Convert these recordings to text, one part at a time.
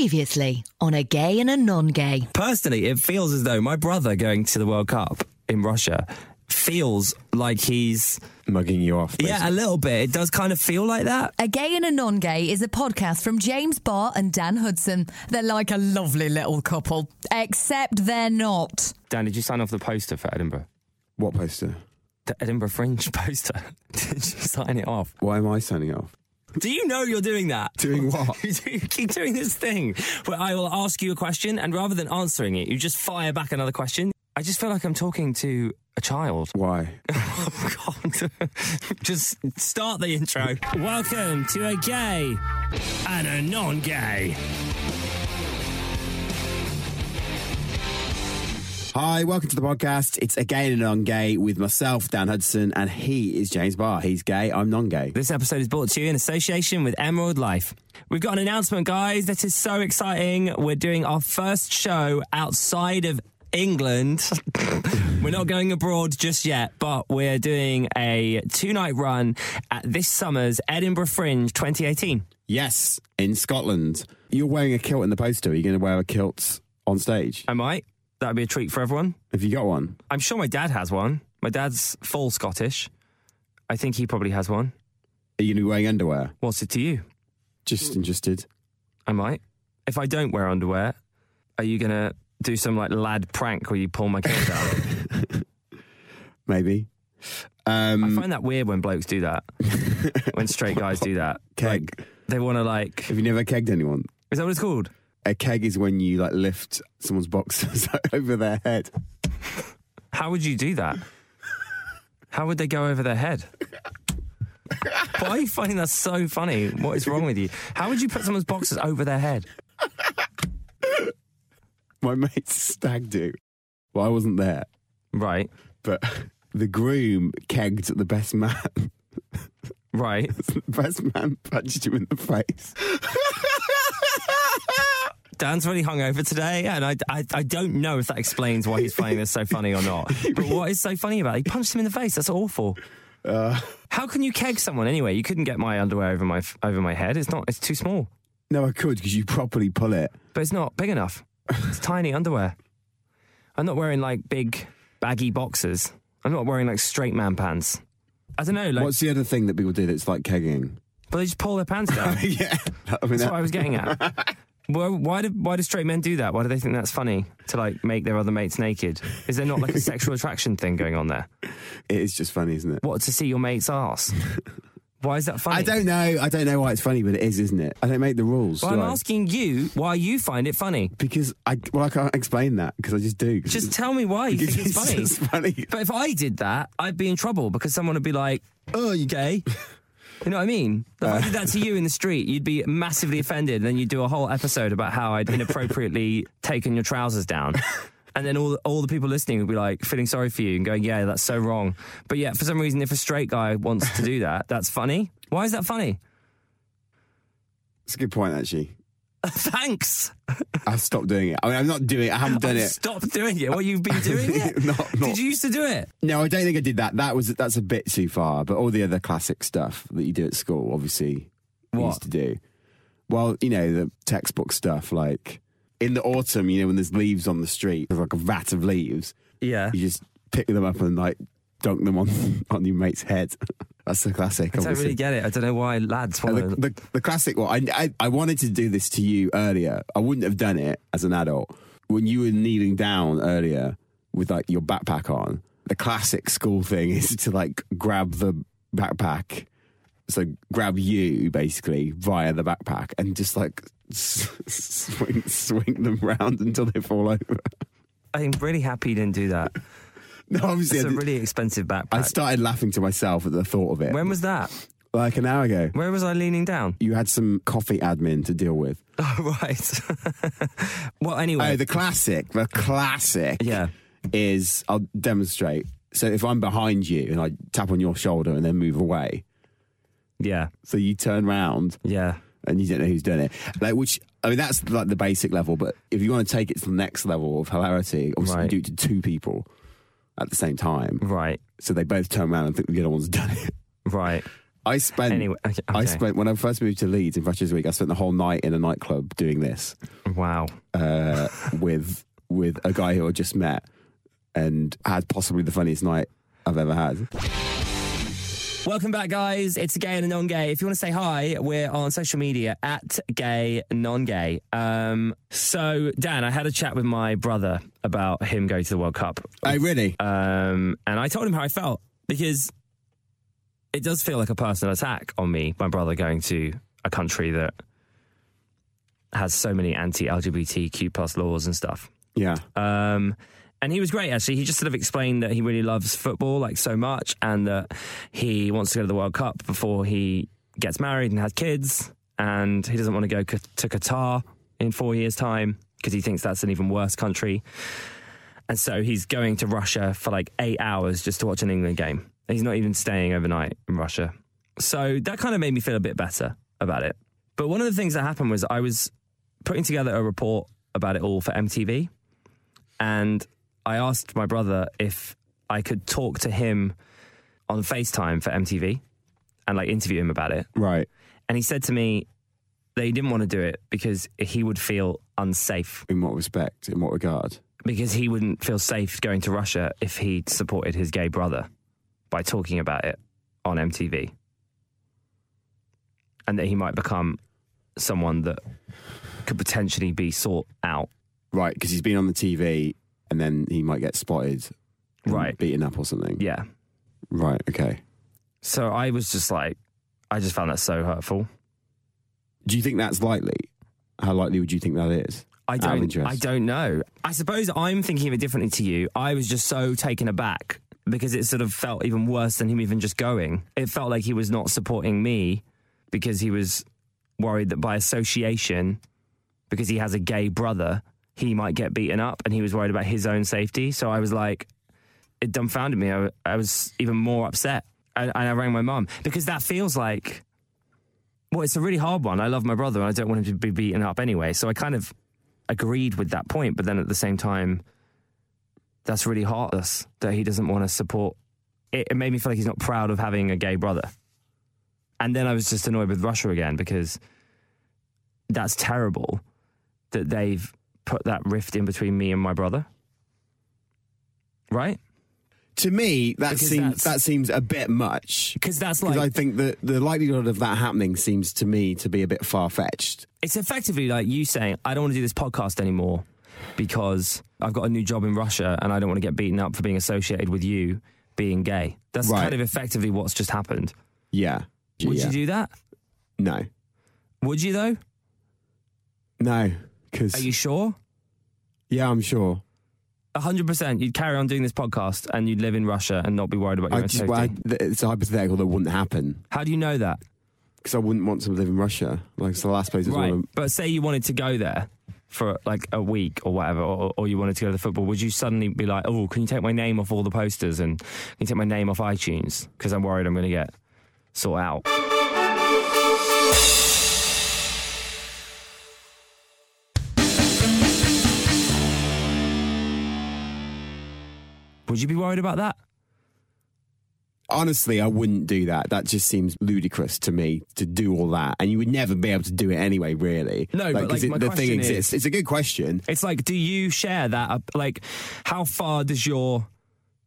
Previously on a gay and a non gay. Personally, it feels as though my brother going to the World Cup in Russia feels like he's mugging you off. yeah a little bit. It does kind of feel like that. A Gay and a Non Gay is a podcast from James Barr and Dan Hudson. They're like a lovely little couple, except they're not. Dan, did you sign off the poster for Edinburgh? What poster? The Edinburgh Fringe poster. did you sign it off? Why am I signing off? Do you know you're doing that? Doing what? you keep doing this thing where I will ask you a question, and rather than answering it, you just fire back another question. I just feel like I'm talking to a child. Why? Oh, God. Just start the intro. Welcome to a gay and a non gay. Hi, welcome to the podcast. It's again and on gay with myself, Dan Hudson, and he is James Barr. He's gay. I'm non-gay. This episode is brought to you in association with Emerald Life. We've got an announcement, guys, that is so exciting. We're doing our first show outside of England. we're not going abroad just yet, but we're doing a two night run at this summer's Edinburgh Fringe 2018. Yes, in Scotland. You're wearing a kilt in the poster. Are you going to wear a kilt on stage? I might. That'd be a treat for everyone. Have you got one? I'm sure my dad has one. My dad's full Scottish. I think he probably has one. Are you going to be wearing underwear? What's it to you? Just interested. I might. If I don't wear underwear, are you gonna do some like lad prank where you pull my kilt down? Maybe. I Um, find that weird when blokes do that. when straight guys do that. keg. Like, they wanna like Have you never kegged anyone? is that what it's called? A keg is when you like lift someone's boxes over their head. How would you do that? How would they go over their head? Why are you finding that so funny? What is wrong with you? How would you put someone's boxes over their head? My mate's stag do. Well, I wasn't there. Right, but the groom kegged the best man. right. the best man punched him in the face. Dan's really hungover today, and I, I, I don't know if that explains why he's finding this so funny or not. But what is so funny about it? He punched him in the face. That's awful. How can you keg someone anyway? You couldn't get my underwear over my f- over my head. It's not. It's too small. No, I could because you properly pull it. But it's not big enough. It's tiny underwear. I'm not wearing like big baggy boxers. I'm not wearing like straight man pants. I don't know. Like, What's the other thing that people do that's like kegging? but they just pull their pants down. yeah, I mean, That's that- what I was getting at. Well, why do why do straight men do that? Why do they think that's funny to like make their other mates naked? Is there not like a sexual attraction thing going on there? it is just funny, isn't it? What to see your mate's ass? Why is that funny? I don't know. I don't know why it's funny, but it is, isn't it? I don't make the rules. Well, do I'm I? asking you why you find it funny. because I well, I can't explain that because I just do. 'cause Just it's- tell me why you think it's it's funny. just funny. But if I did that, I'd be in trouble because someone would be like, "Oh, you gay." You know what I mean? If Uh. I did that to you in the street, you'd be massively offended. And then you'd do a whole episode about how I'd inappropriately taken your trousers down. And then all, all the people listening would be like feeling sorry for you and going, yeah, that's so wrong. But yet, for some reason, if a straight guy wants to do that, that's funny. Why is that funny? It's a good point, actually. Thanks. I've stopped doing it. I mean, I'm not doing it. I haven't done it. Stop doing it. What you've been doing it? Not- Did not- you used to do it? No, I don't think I did that. That was that's a bit too far. But all the other classic stuff that you do at school, obviously, we What? used to do. Well, you know the textbook stuff, like in the autumn, you know when there's leaves on the street, there's like a vat of leaves. Yeah. You just pick them up and like dunk them on on your mate's head. That's the classic. I don't obviously. really get it. I don't know why lads want the, to. the, the classic one. I, I, I wanted to do this to you earlier. I wouldn't have done it as an adult. When you were kneeling down earlier with like your backpack on, the classic school thing is to like grab the backpack. So grab you basically via the backpack and just like s- swing swing them round until they fall over. I'm really happy you didn't do that. No, obviously, I, It's a did- really expensive backpack. I started laughing to myself at the thought of it. when was that? like an hour ago, Where was I leaning down? you had some coffee admin to deal with. Oh, right. well, Oh, anyway. the classic, the classic. Yeah. Is I'll demonstrate. So if I'm behind you and I tap on your shoulder and then move away, yeah. so you turn round Yeah. and you don't know who's done it. Like which I mean that's like the basic level, but if you want to take it to the next level of hilarity, obviously Right. you do it to two people at the same time. Right. So they both turn around and think the other one's done it. Right. I spent Anyway, okay, I okay. spent when I first moved to Leeds in Freshers Week. I spent the whole night in a nightclub doing this Wow. uh, with with a guy who I just met and had possibly the funniest night I've ever had. Welcome back, guys. It's gay and a non-gay. If you want to say hi, we're on social media at gay non-gay. Um, so, Dan, I had a chat with my brother about him going to the World Cup, I really um, and I told him how I felt because it does feel like a personal attack on me. My brother going to a country that has so many anti-LGBTQ plus laws and stuff. yeah. Um, and he was great, actually. He just sort of explained that he really loves football, like so much, and that he wants to go to the World Cup before he gets married and has kids. And he doesn't want to go ca- to Qatar in four years' time because he thinks that's an even worse country. And so he's going to Russia for like eight hours just to watch an England game. He's not even staying overnight in Russia. So that kind of made me feel a bit better about it. But one of the things that happened was I was putting together a report about it all for MTV and I asked my brother if I could talk to him on FaceTime for MTV and like interview him about it. Right. And he said to me that he didn't want to do it because he would feel unsafe In what respect? In what regard? because he wouldn't feel safe going to Russia if he supported his gay brother by talking about it on MTV. And that he might become someone that could potentially be sought out. Right, because he's been on the TV and then he might get spotted, and Right. beaten up or something. Yeah. Right. Okay. So I was just like, I just found that so hurtful. Do you think that's likely? How likely would you think that is? I Out of don't. interest. I don't know. I suppose I'm thinking of it differently to you. I was just so taken aback because it sort of felt even worse than him even just going. It felt like he was not supporting me because he was worried that by association, because he has a gay brother, he might get beaten up, and he was worried about his own safety. So I was like, it dumbfounded me. I, I was even more upset, and, and I rang my mum because that feels like. Well, it's a really hard one. I love my brother and I don't want him to be beaten up anyway. So I kind of agreed with that point, but then at the same time, that's really heartless that he doesn't want to support. It, it made me feel like he's not proud of having a gay brother. And then I was just annoyed with Russia again because that's terrible that they've put that rift in between me and my brother. Right? To me, that Because seems that's- that seems a bit much. Because that's Because like, I think that the likelihood of that happening seems to me to be a bit far fetched. it's effectively like you saying, I don't want to do this podcast anymore because I've got a new job in Russia and I don't want to get beaten up for being associated with you being gay. That's Right. kind of effectively what's just happened. Yeah. Would Yeah. you do that? no? Would you though? No. Are Because you sure? yeah, I'm sure. 100% you'd carry on doing this podcast and you'd live in Russia and not be worried about your I own just safety. well, I, th- it's hypothetical that wouldn't happen How do you know that? because I wouldn't want to live in Russia. Like it's the last place I'd Right. want But say you wanted to go there for like a week or whatever, or, or you wanted to go to the football, would you suddenly be like, oh, can you take my name off all the posters and can you take my name off iTunes? Because I'm worried I'm going to get sought out. Would you be worried about that? Honestly, I wouldn't do that. That just seems ludicrous to me to do all that, and you would never be able to do it anyway. Really, No, but, 'cause like, my the thing question is- exists. It's a good question. It's like, do you share that? uh, Like, how far does your,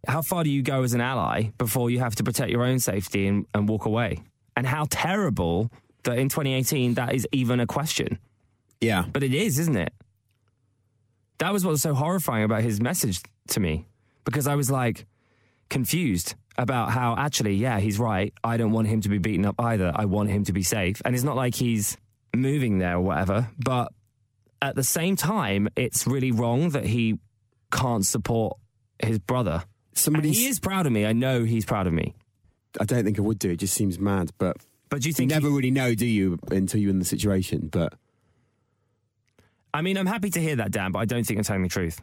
how far do you go as an ally before you have to protect your own safety and, and walk away? And how terrible that in 2018 that is even a question. Yeah, But it is, isn't it? That was what was so horrifying about his message to me because I was like confused about how actually, yeah, he's right. I don't want him to be beaten up either. I want him to be safe. And it's not like he's moving there or whatever, but at the same time, it's really wrong that he can't support his brother. And somebody. he is proud of me. I know he's proud of me. I don't think I would do. It just seems mad, but But do you you think he- never really know, do you, until you're in the situation? But I mean, I'm happy to hear that, Dan, but I don't think you're telling the truth,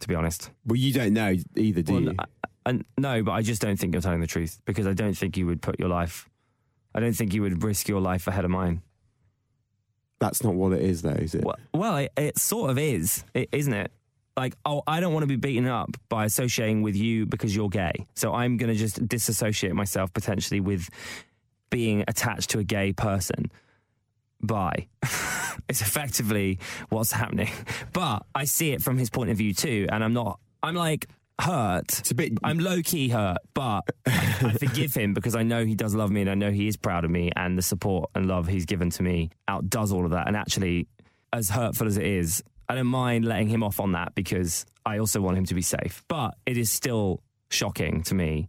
to be honest. well, you don't know either, do Well, you? I, I- no, but I just don't think you're telling the truth because I don't think you would put your life. I don't think you would risk your life ahead of mine. That's not what it is, though, is it? Well, well it, it sort of is, is isn't it? Like, oh, I don't want to be beaten up by associating with you because you're gay. So I'm going to just disassociate myself potentially with being attached to a gay person. Bye. it's effectively what's happening. But I see it from his point of view too, and I'm not. I'm like hurt. It's a bit. I'm low key hurt, but I, I forgive him because I know he does love me and I know he is proud of me and the support and love he's given to me outdoes all of that. And actually, as hurtful as it is, I don't mind letting him off on that because I also want him to be safe. But it is still shocking to me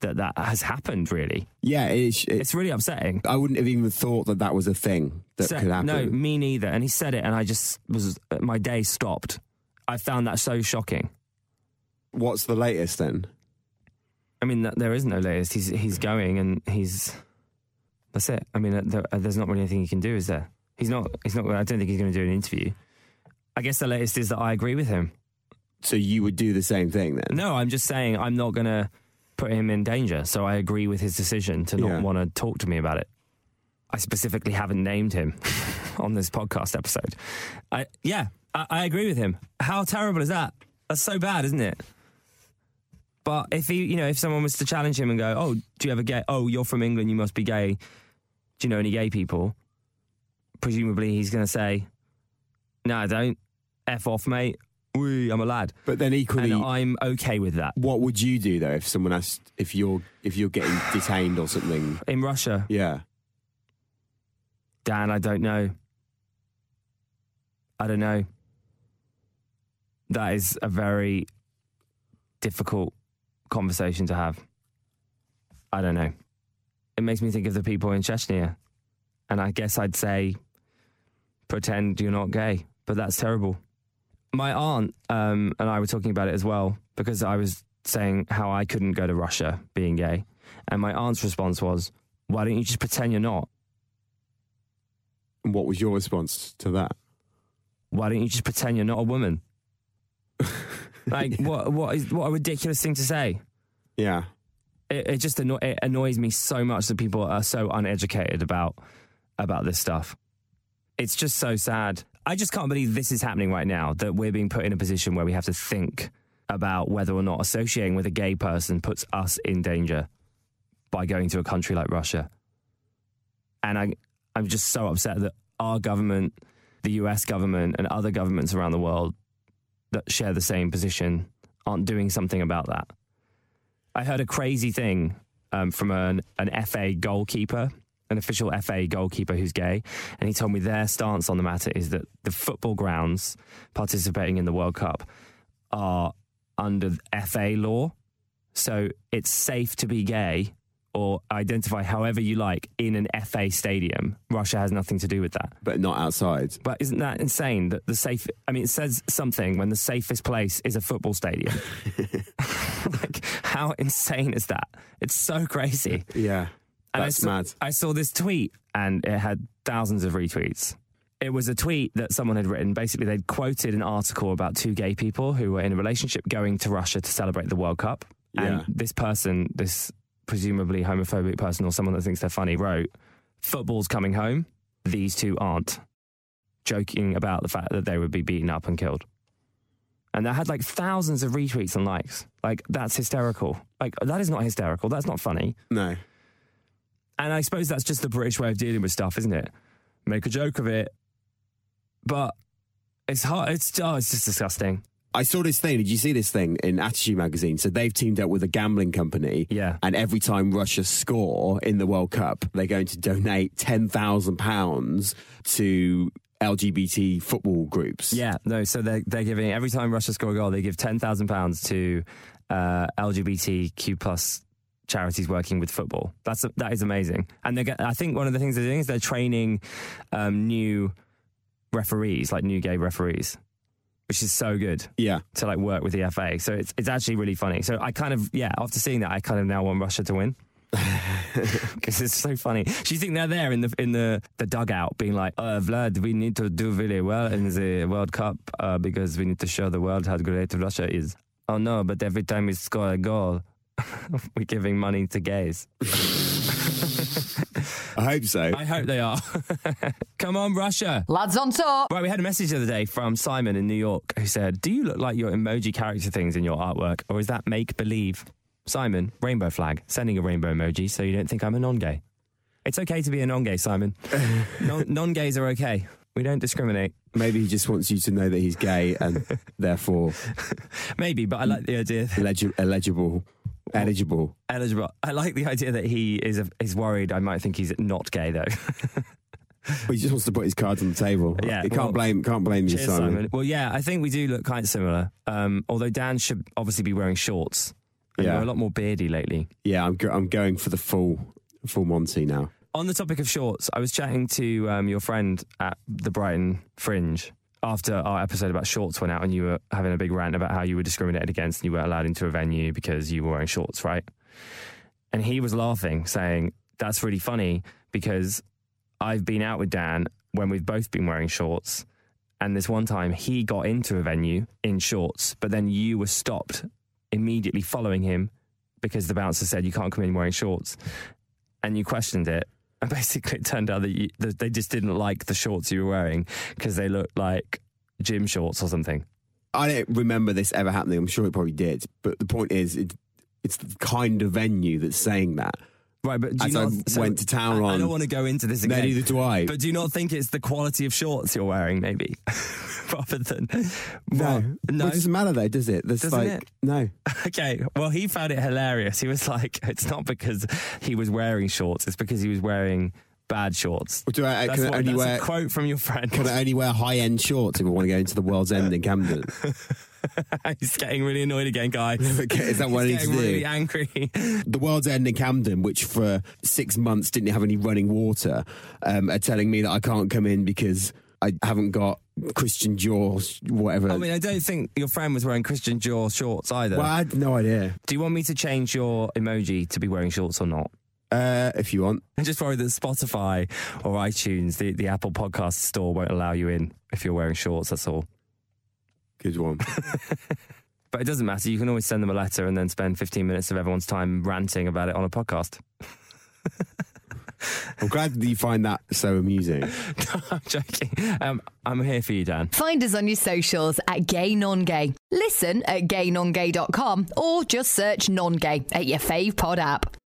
that that has happened, really. yeah, it's, it's. It's really upsetting. I wouldn't have even thought that that was a thing that So- could happen. No, me neither. And he said it, and I just was, my day stopped. I found that so shocking. What's the latest then? I mean, th- there is no latest. He's he's going, and he's that's it. I mean, uh, there, uh, there's not really anything he can do, is there? He's not. He's not. I don't think he's going to do an interview. I guess the latest is that I agree with him. So you would do the same thing then? No, I'm just saying I'm not going to put him in danger. So I agree with his decision to not Yeah. want to talk to me about it. I specifically haven't named him on this podcast episode. I yeah, I, I agree with him. How terrible is that? That's so bad, isn't it? But if he, you know, if someone was to challenge him and go, "Oh, do you have a gay? Oh, you're from England, you must be gay. Do you know any gay people?" Presumably, he's going to say, "No, I don't. F off, mate. Wee, I'm a lad." But then equally, and I'm okay with that. what would you do though if someone asked if you're if you're getting detained or something? In Russia, Yeah. Dan, I don't know. I don't know. That is a very difficult conversation to have. I don't know. It makes me think of the people in Chechnya. And I guess I'd say, pretend you're not gay, but that's terrible. My aunt um, and I were talking about it as well because I was saying how I couldn't go to Russia being gay. And my aunt's response was, why don't you just pretend you're not? And what was your response to that? why don't you just pretend you're not a woman? like what what is what a ridiculous thing to say. Yeah. It, it just anno- it annoys me so much that people are so uneducated about about this stuff. It's just so sad. I just can't believe this is happening right now that we're being put in a position where we have to think about whether or not associating with a gay person puts us in danger by going to a country like Russia. And I I'm just so upset that our government, the US government and other governments around the world that share the same position aren't doing something about that. I heard a crazy thing um, from an, an FA goalkeeper, an official FA goalkeeper who's gay, and he told me their stance on the matter is that the football grounds participating in the World Cup are under FA law, so it's safe to be gay or identify however you like in an FA stadium. Russia has nothing to do with that. But not outside. But isn't that insane that the safe? I mean, it says something when the safest place is a football stadium. like, how insane is that? It's so crazy. Yeah. And I That's saw, mad. I saw this tweet and it had thousands of retweets. It was a tweet that someone had written. Basically, they'd quoted an article about two gay people who were in a relationship going to Russia to celebrate the World Cup. Yeah. And this person, this presumably homophobic person or someone that thinks they're funny, wrote, Football's coming home. These two aren't. Joking about the fact that they would be beaten up and killed. And that had like thousands of retweets and likes. Like, that's hysterical. Like, that is not hysterical. That's not funny. No. And I suppose that's just the British way of dealing with stuff, isn't it? Make a joke of it. But it's hard. It's, oh, it's just disgusting. I saw this thing. Did you see this thing in Attitude magazine? So they've teamed up with a gambling company. Yeah. And every time Russia score in the World Cup, they're going to donate ten thousand pounds to LGBT football groups. Yeah, no, so they're, they're giving, every time Russia score a goal, they give £10,000 to uh, LGBTQ plus charities working with football. That's, that is amazing. And they get, I think one of the things they're doing is they're training um, new referees, like new gay referees, which is so good. Yeah. to like work with the FA. So it's it's actually really funny. So I kind of yeah, after seeing that, I kind of now want Russia to win. Because it's so funny. Do you think they're there in the in the, the dugout, being like, uh, "Vlad, we need to do really well in the World Cup uh, because we need to show the world how great Russia is." Oh no! But every time we score a goal, we're giving money to gays. I hope so. I hope they are. Come on, Russia! Lads on top. Right, we had a message the other day from Simon in New York who said, Do you look like your emoji character things in your artwork, or is that make believe? Simon, rainbow flag, sending a rainbow emoji so you don't think I'm a non gay. It's okay to be a non-gay, Simon. non- non-gays are okay. We don't discriminate. Maybe he just wants you to know that he's gay and therefore Maybe, but I like the idea. elegi- eligible, eligible. Eligible. I like the idea that he is is worried. I might think he's not gay though. But he just wants to put his cards on the table. Yeah, you can't well, blame, can't blame you, Cheers, Simon. Well, yeah, I think we do look quite similar. Um, although Dan should obviously be wearing shorts. And Yeah. You're a lot more beardy lately. Yeah, I'm go- I'm going for the full full Monty now. On the topic of shorts, I was chatting to um, your friend at the Brighton Fringe after our episode about shorts went out, and you were having a big rant about how you were discriminated against and you weren't allowed into a venue because you were wearing shorts, right? And he was laughing, saying, That's really funny because I've been out with Dan when we've both been wearing shorts. And this one time he got into a venue in shorts, but then you were stopped immediately following him because the bouncer said, You can't come in wearing shorts. And you questioned it. And basically, it turned out that, you, that they just didn't like the shorts you were wearing because they looked like gym shorts or something. I don't remember this ever happening. I'm sure it probably did, but the point is, it, it's the kind of venue that's saying that. Right, but do you As not, I went to town I, I on- don't want to go into this No, again. neither do I. But do you not think it's the quality of shorts you're wearing, maybe, rather than Well, no, no. it doesn't matter though, does it? There's Doesn't like it? no. Okay, well, he found it hilarious. He was like, "It's not because he was wearing shorts; it's because he was wearing bad shorts." Or do I, That's, can what- I only that's wear a quote from your friend. can I only wear high end shorts if I want to go into the World's End in Camden? He's getting really annoyed again, guys. Okay, is that what I need He's to getting do? really angry. the World's End in Camden, which for six months didn't have any running water, um, are telling me that I can't come in because I haven't got Christian Jaws, whatever. I mean, I don't think your friend was wearing Christian Dior shorts either. well, I had no idea. Do you want me to change your emoji to be wearing shorts or not? Uh, if you want. I just worry that Spotify or iTunes, the, the Apple Podcast Store, won't allow you in if you're wearing shorts. That's all. Good one. But it doesn't matter. You can always send them a letter and then spend 15 minutes of everyone's time ranting about it on a podcast. I'm glad that you find that so amusing. No, I'm joking. Um, I'm here for you, Dan. Find us on your socials at Gay Non Gay. Listen at gaynongay.com or just search Non Gay at your fave pod app.